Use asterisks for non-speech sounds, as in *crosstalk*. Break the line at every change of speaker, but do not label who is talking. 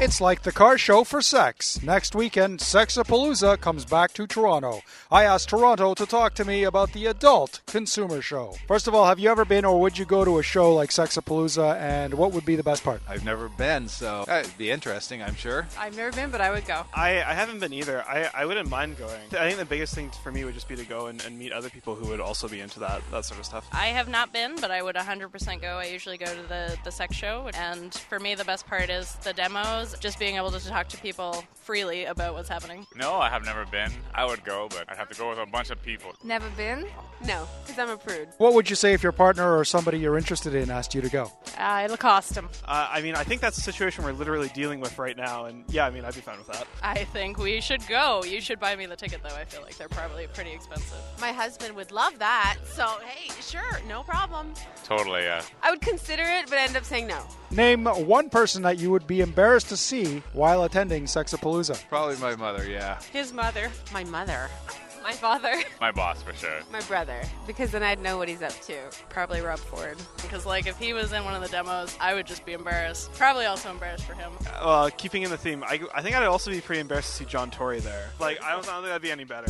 It's like the car show for sex. Next weekend, Sexapalooza comes back to Toronto. I asked Toronto to talk to me about the adult consumer show. First of all, have you ever been or would you go to a show like Sexapalooza and what would be the best part?
I've never been, so that'd be interesting, I'm sure.
I've never been, but I would go.
I, I haven't been either. I, I wouldn't mind going. I think the biggest thing for me would just be to go and, and meet other people who would also be into that, that sort of stuff.
I have not been, but I would 100% go. I usually go to the, the sex show. And for me, the best part is the demos, just being able to talk to people freely about what's happening.
No, I have never been. I would go, but I'd have to go with a bunch of people.
Never been? No, because I'm a prude.
What would you say if your partner or somebody you're interested in asked you to go?
Uh, it'll cost them.
Uh, I mean, I think that's a situation we're literally dealing with right now. And yeah, I mean, I'd be fine with that.
I think we should go. You should buy me the ticket, though. I feel like they're probably pretty expensive.
My husband would love that. So, hey, sure, no problem.
Totally, uh, yeah.
I would consider it, but I end up saying no.
Name one person that you would be embarrassed to see while attending Sexapalooza.
Probably my mother, yeah.
His mother.
My mother. My father.
*laughs*
My boss, for sure.
My brother. Because then I'd know what he's up to.
Probably Rob Ford. Because, like, if he was in one of the demos, I would just be embarrassed. Probably also embarrassed for him.
Well, Uh, keeping in the theme, I, I think I'd also be pretty embarrassed to see John Tory there. Like, I don't, I don't think that'd be any better.